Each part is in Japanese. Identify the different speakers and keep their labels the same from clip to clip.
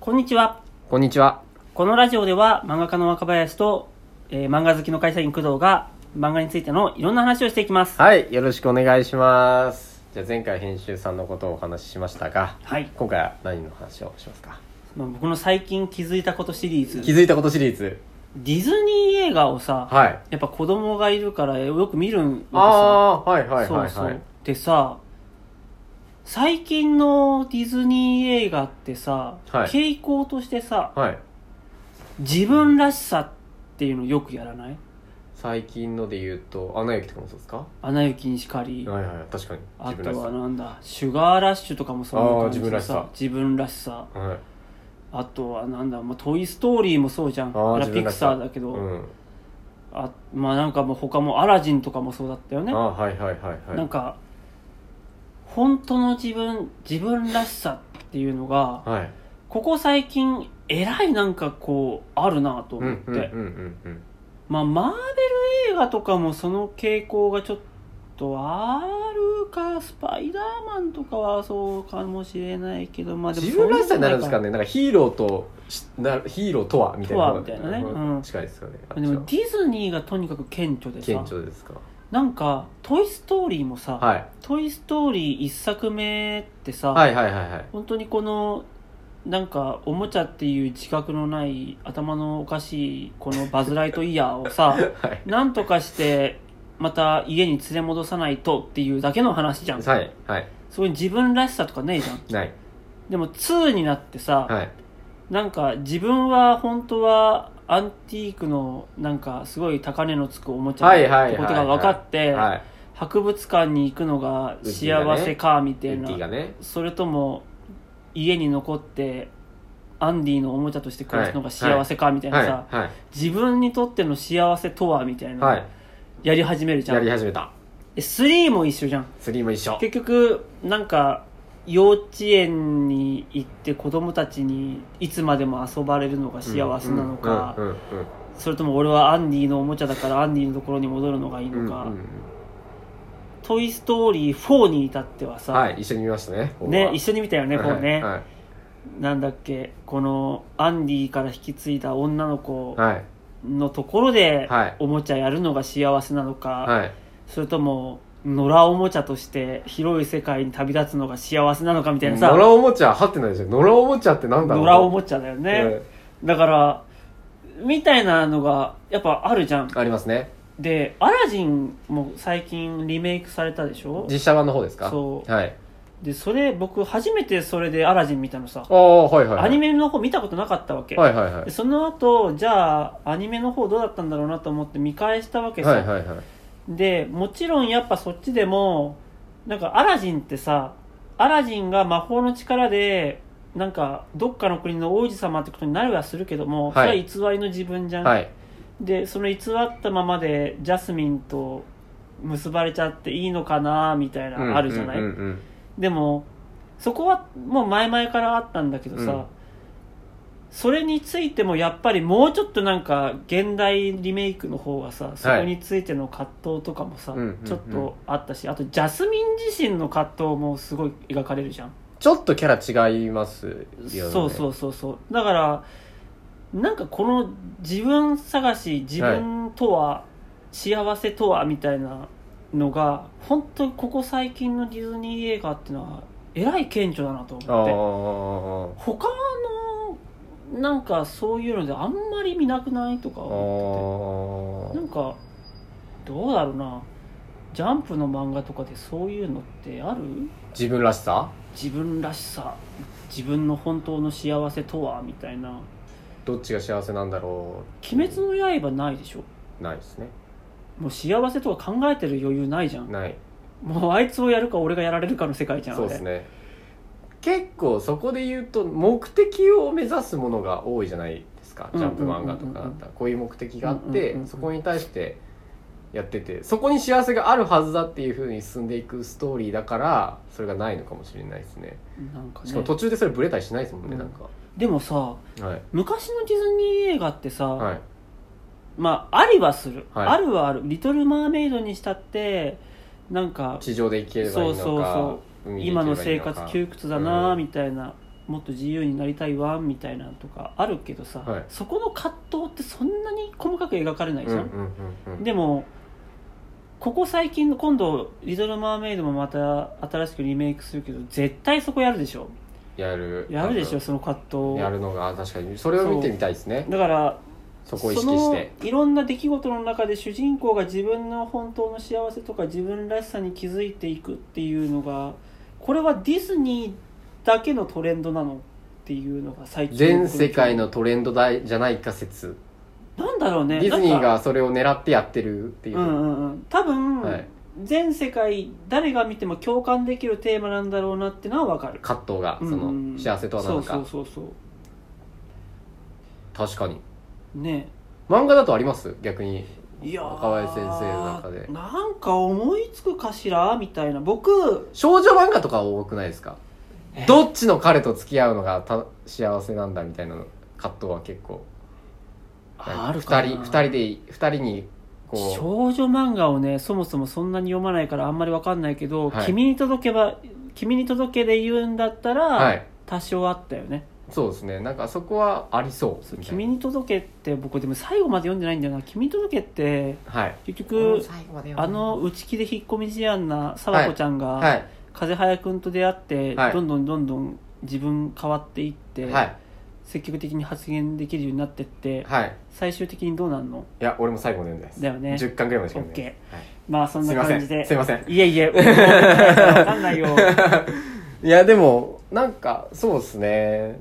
Speaker 1: こんにちは。
Speaker 2: こんにちは。
Speaker 1: このラジオでは漫画家の若林と、えー漫画好きの会社員工藤が漫画についてのいろんな話をしていきます。
Speaker 2: はい、よろしくお願いします。じゃあ前回編集さんのことをお話ししましたが、
Speaker 1: はい。
Speaker 2: 今回は何の話をしますか
Speaker 1: まあ、僕の最近気づいたことシリーズ。
Speaker 2: 気づいたことシリーズ。
Speaker 1: ディズニー映画をさ、
Speaker 2: はい。
Speaker 1: やっぱ子供がいるからよく見るん
Speaker 2: あ
Speaker 1: よ
Speaker 2: あ、はいはい
Speaker 1: 私
Speaker 2: はい
Speaker 1: そう
Speaker 2: は
Speaker 1: そう
Speaker 2: い。。
Speaker 1: でさ、最近のディズニー映画ってさ、
Speaker 2: はい
Speaker 1: 傾向としてさ、
Speaker 2: はい。
Speaker 1: 自分らしさっていうのよくやらない
Speaker 2: 最近ので言うと、アナ雪とかもそうですかは
Speaker 1: アナ雪にしかり
Speaker 2: い、はいはい、確かに。
Speaker 1: あ
Speaker 2: 自分ら
Speaker 1: と
Speaker 2: し
Speaker 1: はなんだシュガーラッシュとかもそ
Speaker 2: あ
Speaker 1: う
Speaker 2: ー
Speaker 1: いう感じでさ自分らしさ
Speaker 2: さ。はい。
Speaker 1: あとはなんだ、まあ、トイ・ストーリーもそうじゃん
Speaker 2: ー
Speaker 1: あれは
Speaker 2: 自
Speaker 1: ピ
Speaker 2: 分ら
Speaker 1: ク
Speaker 2: しさ
Speaker 1: サーだけど、
Speaker 2: うん。
Speaker 1: あまあなんかもう他もアラジンとかもそうだったよね
Speaker 2: ああ、はいはいはいはい。
Speaker 1: なんか本当の自分自分らしさっていうのが
Speaker 2: はい。
Speaker 1: ここ最近えらいなんかこうあるなと
Speaker 2: うん
Speaker 1: 思って、
Speaker 2: うんうんうんうん。
Speaker 1: まあマーベル映画とかもその傾向がちょっとあるかスパイダーマンとかはそうかもしれないけどまあでも
Speaker 2: 自分らしさになるんですか
Speaker 1: ね
Speaker 2: ねなんかヒーローとしなヒーローとはみたいな
Speaker 1: とはみたいなねうん
Speaker 2: 近いですよねあっ
Speaker 1: で
Speaker 2: ちは
Speaker 1: もディズニーがとにかく顕著で
Speaker 2: 顕
Speaker 1: さ
Speaker 2: 著ですか
Speaker 1: なんか「トイ・ストーリー」もさ「
Speaker 2: はい
Speaker 1: トイ・ストーリー」一作目ってさ、
Speaker 2: はいはいはいはい
Speaker 1: 本当にこのなんかおもちゃっていう自覚のない頭のおかしいこのバズ・ライトイヤーを さ
Speaker 2: はい
Speaker 1: なんとかしてまた家に連れ戻さないとっていうだけの話じゃん
Speaker 2: はいはい
Speaker 1: そこに自分らしさとかねえじゃん
Speaker 2: ない
Speaker 1: でも2になってさ、
Speaker 2: はい
Speaker 1: なんか自分は本当はアンティークのなんかすごい高値のつくおもちゃ
Speaker 2: はいはい
Speaker 1: だ
Speaker 2: はい
Speaker 1: ってことが分かって
Speaker 2: はい
Speaker 1: 博物館に行くのが幸せかみた
Speaker 2: ウ
Speaker 1: い
Speaker 2: ッデ
Speaker 1: な、
Speaker 2: ィがね
Speaker 1: それとも家に残ってアンディのおもちゃとして暮らすのが幸せかみたいな
Speaker 2: は
Speaker 1: さ、
Speaker 2: いは
Speaker 1: 自分にとっての幸せとはみたい
Speaker 2: い
Speaker 1: な、
Speaker 2: はい
Speaker 1: やり始めるじゃ
Speaker 2: や
Speaker 1: ん
Speaker 2: り始めた
Speaker 1: え3も一緒じゃん
Speaker 2: スリーも一緒
Speaker 1: 結局なんか幼稚園に行って子供たちにいつまでも遊ばれるのが幸せなのか、
Speaker 2: うんうんうん
Speaker 1: それとも俺はアンディのおもちゃだからアンディのところに戻るのがいい
Speaker 2: うん
Speaker 1: のか「
Speaker 2: うんうん
Speaker 1: トイ・ストーリー4」に至ってはさ、
Speaker 2: はい一緒に見ましたね
Speaker 1: ね、一緒に見たよね、
Speaker 2: こ
Speaker 1: こ
Speaker 2: こは
Speaker 1: うね、
Speaker 2: はいはい
Speaker 1: なんだっけこのアンディから引き継いだ女の子
Speaker 2: はい
Speaker 1: のところで、
Speaker 2: はい
Speaker 1: おもちゃやるのが幸せなのか、
Speaker 2: はい
Speaker 1: それとも野良おもちゃとして広い世界に旅立つのが幸せなのかみたいなさ
Speaker 2: 野良おもちゃはってないでしょ野良おもちゃってなんだろう
Speaker 1: 野良おもちゃだよね、
Speaker 2: う
Speaker 1: だからみたいなのがやっぱあるじゃん
Speaker 2: んありますね
Speaker 1: でアラジンも最近リメイクされたでしょ
Speaker 2: 実写版の方ですか
Speaker 1: そう
Speaker 2: はい
Speaker 1: でそれ僕初めてそれでアラジン見たのさ
Speaker 2: ああはいはいはい
Speaker 1: アニメの方見たことなかったわけ、
Speaker 2: はいはいはい
Speaker 1: でその後じゃあアニメの方どうだったんだろうなと思って見返したわけさ、
Speaker 2: はいはいはい
Speaker 1: でもちろんやっぱそっちでもなんかアラジンってさアラジンが魔法の力でなんかどっかの国の王子様ってことになるはするけども、
Speaker 2: はい
Speaker 1: それは偽りの自分じゃん、
Speaker 2: はい
Speaker 1: でその偽ったままでジャスミンと結ばれちゃっていいのかなみたいな、あるじゃない、
Speaker 2: うんうん
Speaker 1: でもそこはもう前々からあったんだけどさ、
Speaker 2: うん
Speaker 1: それについてもやっぱりもうちょっとなんか現代リメイクの方がさそこについての葛藤とかもさ、
Speaker 2: うんうんうん
Speaker 1: ちょっとあったしあとジャスミン自身の葛藤もすごい描かれるじゃん、
Speaker 2: ちょっとキャラ違いますよね
Speaker 1: そうそうそうそうだからなんかこの自分探し自分とは、幸せとはみたいなのが本当にここ最近のディズニー映画っていうのはえらい顕著だなと
Speaker 2: ああ
Speaker 1: 思って他のなんかそういうのであんまり見なくないとか思っててなんかどうだろうなジャンプの漫画とかでそういうのってある
Speaker 2: 自分らしさ
Speaker 1: 自分らしさ自分の本当の幸せとはみたいな
Speaker 2: どっちが幸せなんだろ
Speaker 1: 「鬼滅の刃」ないでしょ
Speaker 2: うないですね
Speaker 1: もう幸せとか考えてる余裕ないじゃん
Speaker 2: ない
Speaker 1: もうあいつをやるか俺がやられるかの世界じゃんあ
Speaker 2: そう
Speaker 1: れ
Speaker 2: ですね結構そこで言うと目的を目指すものが多いじゃないですか
Speaker 1: うん
Speaker 2: ジ
Speaker 1: うん
Speaker 2: ャ
Speaker 1: うんうん
Speaker 2: ンプ漫画とかだったらこういう目的があっ
Speaker 1: うんうん
Speaker 2: て、
Speaker 1: うんうん
Speaker 2: そこに対してやっててそこに幸せがあるはずだっていうふうに進んでいくストーリーだからそれがないのかもしれないですね
Speaker 1: なんか
Speaker 2: しかも
Speaker 1: ね
Speaker 2: 途中でそれブレたりしないですもんね、
Speaker 1: うん
Speaker 2: なんか
Speaker 1: でもさ
Speaker 2: はい
Speaker 1: 昔のディズニー映画ってさ、
Speaker 2: はい
Speaker 1: まあありはする、
Speaker 2: はい
Speaker 1: あるはある「リトル・マーメイド」にしたってなんか
Speaker 2: 地上で行ければいいのか
Speaker 1: そうそうそう
Speaker 2: 海で行ければいいのか
Speaker 1: 今の生活窮屈だな
Speaker 2: うん
Speaker 1: みたいなもっと自由になりたいわみたいなのとかあるけどさ、
Speaker 2: はい
Speaker 1: そこの葛藤ってそんなに細かく描かれないじゃん、
Speaker 2: うん
Speaker 1: でもここ最近の今度「リトル・マーメイド」もまた新しくリメイクするけど絶対そこやるでしょ
Speaker 2: やる
Speaker 1: やるでしょその葛藤
Speaker 2: やるのが確かにそれを見てみたいですね
Speaker 1: だから
Speaker 2: そこを意識して
Speaker 1: そのいろんな出来事の中で主人公が自分の本当の幸せとか自分らしさに気づいていくっていうのがこれはディズニーだけのトレンドなのっていうのが最近
Speaker 2: 全世界のトレンドだいじゃないか説
Speaker 1: なんだろうね
Speaker 2: ディズニー
Speaker 1: なんか
Speaker 2: がそれを狙ってやってるっていう、
Speaker 1: うんうんうん多分、
Speaker 2: はい
Speaker 1: 全世界誰が見ても共感できるテーマなんだろうなってのは分かる
Speaker 2: 葛藤がそ
Speaker 1: うんうん
Speaker 2: の幸せとは何か、
Speaker 1: そうそうそうそ
Speaker 2: 確かに
Speaker 1: うね
Speaker 2: 漫画だとあります逆に
Speaker 1: いやー
Speaker 2: 若林先生の中で
Speaker 1: なんか思いつくかしらみたいな僕
Speaker 2: 少女漫画とか多くないですかどっちの彼と付き合うのがた幸せなんだみたいな葛藤は結構
Speaker 1: あるか
Speaker 2: 2
Speaker 1: な
Speaker 2: 人二人で二人にこ
Speaker 1: 少女漫画をねそもそもそんなに読まないからあんまりわかんないけど、
Speaker 2: はい
Speaker 1: 君に届けば君に届けで言うんだったら、
Speaker 2: うはい
Speaker 1: 多少あったよね
Speaker 2: そうですねなんかそこはありそう
Speaker 1: そう
Speaker 2: みたいな
Speaker 1: 君に届けって僕でも最後まで読んでないんだよな君に届けって
Speaker 2: はい
Speaker 1: 結局
Speaker 2: 後まで
Speaker 1: あの内気で引っ込み思案な貞子ちゃんが、
Speaker 2: はい
Speaker 1: 風早くんと出会って、
Speaker 2: はい
Speaker 1: どんどんどんどん自分変わっていって、
Speaker 2: はい
Speaker 1: 積極的に発言できるようになってって、
Speaker 2: はい
Speaker 1: 最終的にどうなんの
Speaker 2: いや俺も最後まで読んでない
Speaker 1: だよね
Speaker 2: です10巻ぐらいまでしか読んでない
Speaker 1: まあそん
Speaker 2: です
Speaker 1: な
Speaker 2: はい
Speaker 1: 感じです
Speaker 2: いませんすいません
Speaker 1: いえい え、わかんないよ。
Speaker 2: いやでもなんかそうですね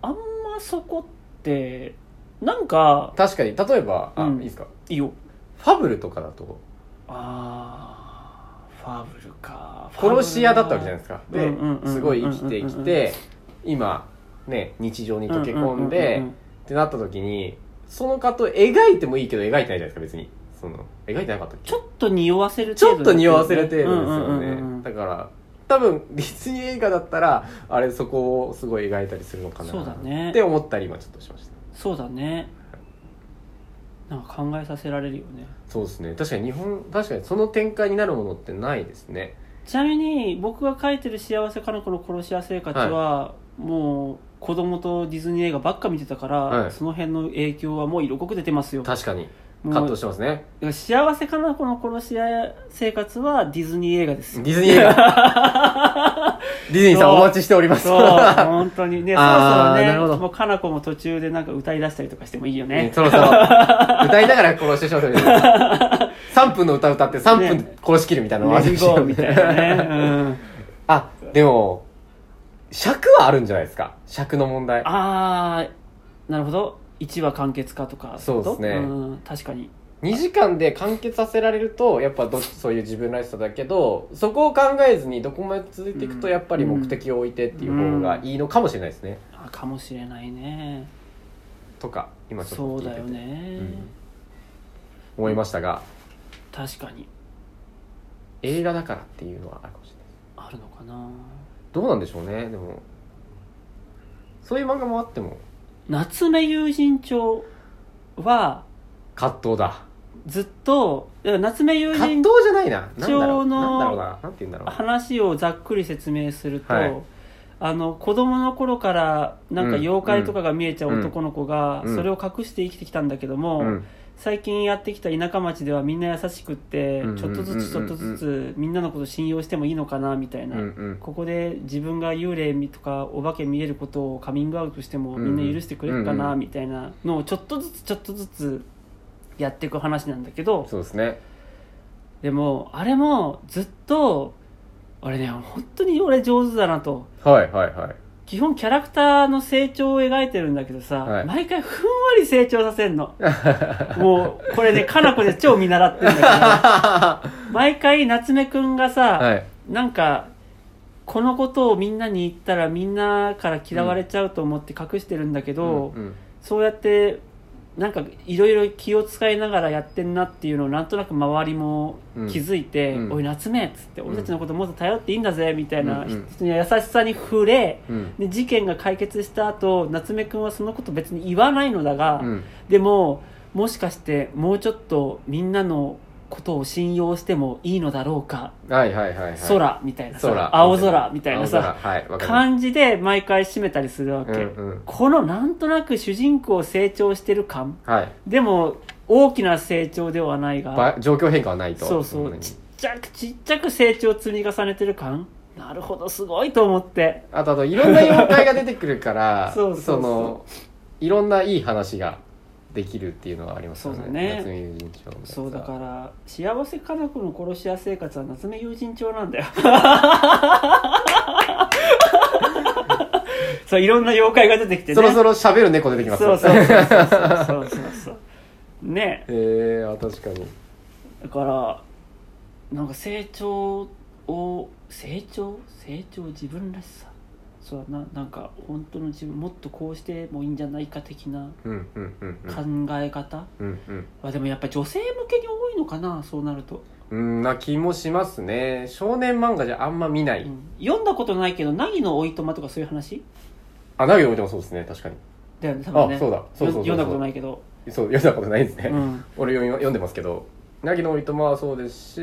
Speaker 1: あんまそこって、なんか、
Speaker 2: 確かに例えばあ、
Speaker 1: うん
Speaker 2: いいですか
Speaker 1: いいよ。
Speaker 2: ファブルとかだと
Speaker 1: あー、ファブルか。
Speaker 2: 殺し屋だったわけじゃ
Speaker 1: で
Speaker 2: ないですか
Speaker 1: うんうんうんうんうん
Speaker 2: ですごい生きてきて今ね日常に溶け込んでってなった時にその葛藤描いてもいいけど描いてないじゃないですか別にその描いてなかったっけ
Speaker 1: ちょっと匂わせる
Speaker 2: ち
Speaker 1: 程
Speaker 2: ょ
Speaker 1: 度
Speaker 2: っ
Speaker 1: だ
Speaker 2: と
Speaker 1: けどね
Speaker 2: 匂わせる程度
Speaker 1: うん
Speaker 2: で
Speaker 1: うんう
Speaker 2: すよ
Speaker 1: んうん
Speaker 2: ねだから多分ディズニー映画だったらあれそこをすごい描いたりするのかな
Speaker 1: そうだね
Speaker 2: って思ったり今ちょっとしました
Speaker 1: そうだね。なんか考えさせられるよね。
Speaker 2: そうですね確かに日本確かにその展開になるものってないですね
Speaker 1: ちなみに、僕が書いてる幸せかの子の殺し屋生活は、もう、子供とディズニー映画ばっか見てたから、
Speaker 2: はい
Speaker 1: その辺の影響はもう色濃く出てますよ。
Speaker 2: 確かに
Speaker 1: も
Speaker 2: 葛
Speaker 1: う
Speaker 2: 藤してますね
Speaker 1: 幸せかなこの殺し屋生活はディズニー映画です
Speaker 2: デ
Speaker 1: よ
Speaker 2: ィズニー映画 ディズニーさんお待ちしております
Speaker 1: そう 本当にねそろそ
Speaker 2: あー
Speaker 1: ろね
Speaker 2: なるほど
Speaker 1: もうかなこも途中でなんか歌い出したりとかしてもいいよね
Speaker 2: そろそろ歌いながら殺してしまって 3分の歌歌って3分で殺しきるみたい
Speaker 1: レ
Speaker 2: なのを
Speaker 1: ッツゴーみたいな ね、うん、
Speaker 2: あでも尺はあるんじゃないですか尺の問題
Speaker 1: ああなるほど1話完結かとかいこと
Speaker 2: そうですね
Speaker 1: うん、確かに
Speaker 2: 2時間で完結させられるとやっぱどそういう自分らしさだけどそこを考えずにどこまで続いていくと
Speaker 1: うん
Speaker 2: やっぱり目的を置いてっていう方がいいのかもしれないですね、
Speaker 1: あかもしれないね
Speaker 2: とか今ちょ
Speaker 1: そ
Speaker 2: っ
Speaker 1: う
Speaker 2: と聞い
Speaker 1: だ
Speaker 2: て
Speaker 1: よ
Speaker 2: て、
Speaker 1: ね、
Speaker 2: うん思いましたが
Speaker 1: 確かに
Speaker 2: 映画だからっていうのはあるかもしれない
Speaker 1: あるのかな
Speaker 2: どうなんでしょうねでもそういう漫画もあっても
Speaker 1: 夏目友人帳は
Speaker 2: 葛藤だ
Speaker 1: ずっとだから夏目友
Speaker 2: 葛
Speaker 1: 人
Speaker 2: 藤じゃないななんだろ
Speaker 1: 上の
Speaker 2: うなんだろうななんて言うんだろう
Speaker 1: 話をざっくり説明すると、
Speaker 2: はい
Speaker 1: あの子供の頃からなんか
Speaker 2: うん
Speaker 1: 妖怪とかが見えちゃう男の子が
Speaker 2: うん
Speaker 1: それを隠して生きてきたんだけども、
Speaker 2: うん
Speaker 1: 最近やってきた田舎町ではみんな優しくって
Speaker 2: うん
Speaker 1: ちょっとずつち
Speaker 2: う
Speaker 1: ょ
Speaker 2: ん
Speaker 1: っとずつみんなのこと信用してもいいのかなみたい
Speaker 2: うん
Speaker 1: な、
Speaker 2: うん
Speaker 1: ここで自分が幽霊とかお化け見えることをカミングアウトしてもみんな許してくれるか
Speaker 2: うん
Speaker 1: な
Speaker 2: うん
Speaker 1: みたいなのをちょっとずつちょっとずつやっていく話なんだけど、
Speaker 2: そうですね
Speaker 1: でもあれもずっと俺ね本当に俺上手だなと
Speaker 2: はいはいはい
Speaker 1: 基本キャラクターの成長を描いてるんだけどさ、
Speaker 2: はい
Speaker 1: 毎回ふんわり成長させん のもうこれねかなこで超見習ってるんだけど 毎回夏目くんがさ、
Speaker 2: はい
Speaker 1: なんかこのことをみんなに言ったらみんなから嫌われちゃうと思って隠してるんだけど、
Speaker 2: うんうん
Speaker 1: そうやってなんかいろいろ気を使いながらやってんなっていうのをなんとなく周りも気づいて「
Speaker 2: うんうん
Speaker 1: おい夏目」っつって「
Speaker 2: ん
Speaker 1: 俺たちのこともっと頼っていいんだぜ」みたいな
Speaker 2: うんうん
Speaker 1: 人に優しさに触れ
Speaker 2: うん
Speaker 1: で事件が解決した後夏目くんはそのこと別に言わないのだが、
Speaker 2: うん
Speaker 1: でももしかしてもうちょっとみんなのことを信用してもいいのだろうか、
Speaker 2: はいはいはいはい
Speaker 1: 空みたいなさ
Speaker 2: 空
Speaker 1: 青空みたいな
Speaker 2: 青
Speaker 1: さ
Speaker 2: 空はいわかりま
Speaker 1: 感じで毎回締めたりするわけ、
Speaker 2: すうんうん
Speaker 1: このなんとなく主人公成長してる感
Speaker 2: はい
Speaker 1: でも大きな成長ではないが
Speaker 2: ば状況変化はないと
Speaker 1: そうそ
Speaker 2: んな
Speaker 1: う
Speaker 2: に
Speaker 1: ちっちゃくちっちゃく成長を積み重ねてる感なるほどすごいと思って
Speaker 2: あとあといろんな妖怪が出てくるから
Speaker 1: そうそうそう
Speaker 2: のいろんないい話ができるっていうのはありますよね
Speaker 1: そうだね
Speaker 2: 夏目友人帳のやつは
Speaker 1: そうだから幸せ家族の殺し屋生活は夏目友人帳なん だよそういろんな妖怪が出てきてね
Speaker 2: そろそろ喋る猫出てきます
Speaker 1: そうそうそうそうそ うそうそうね
Speaker 2: えー、あ確かに
Speaker 1: だからなんか成長を成長成長自分らしさそうだななんか本当の自分もっとこうしてもいいんじゃないか的な
Speaker 2: うんうんうん
Speaker 1: 考え方、
Speaker 2: うんうん
Speaker 1: あでもやっぱ女性向けに多いのかなそうなると、
Speaker 2: うんな気もしますね少年漫画じゃあんま見ない、
Speaker 1: うん読んだことないけど凪のおいとまとかそういう話
Speaker 2: あ投げてもそうですね確かに
Speaker 1: だよね多分ね
Speaker 2: あそうだそうそうそうそう
Speaker 1: 読んだことないけど、
Speaker 2: そう読んだことないですね、
Speaker 1: うん、
Speaker 2: 俺読み読んでますけど「凪のおいとま」はそうです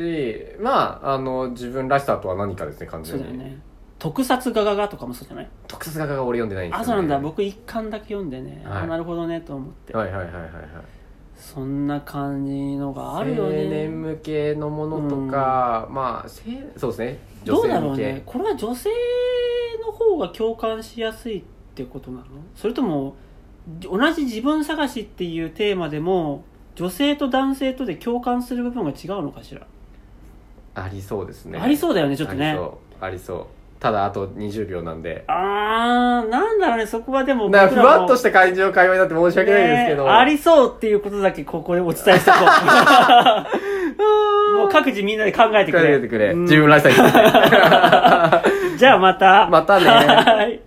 Speaker 2: しまああの自分らしさとは何かですね完
Speaker 1: そ
Speaker 2: 全
Speaker 1: う
Speaker 2: に
Speaker 1: だよね特撮ガガガとかもそうじゃない、
Speaker 2: 特撮画家が俺読んでないんですよ、
Speaker 1: あ
Speaker 2: ね、
Speaker 1: そうなんだ僕一巻だけ読んでね、
Speaker 2: はい
Speaker 1: あなるほどねと思って、
Speaker 2: はいはいはいはいはい
Speaker 1: そんな感じのがあるよ
Speaker 2: 青
Speaker 1: ね
Speaker 2: 年向けのものとか、まあせそうですね
Speaker 1: どうだろ
Speaker 2: 向
Speaker 1: う
Speaker 2: け
Speaker 1: ねこれは女性の方が共感しやすいってことなのそれとも同じ自分探しっていうテーマでも女性と男性とで共感する部分が違うのかしら、
Speaker 2: ありそうですね
Speaker 1: ありそうだよねちょっと
Speaker 2: あり
Speaker 1: ね
Speaker 2: そうありそうただあと20秒なんで
Speaker 1: あーなんだろうねそこはでも
Speaker 2: なんかふ
Speaker 1: も
Speaker 2: わっとした感じの会話になって申し訳ないですけど、
Speaker 1: ねありそうっていうことだけここでお伝えしてこう もう各自みんなで考えてく
Speaker 2: 疲
Speaker 1: れ
Speaker 2: れてくれ、
Speaker 1: うん
Speaker 2: 自分らしさに
Speaker 1: じゃあまた
Speaker 2: また ね
Speaker 1: はい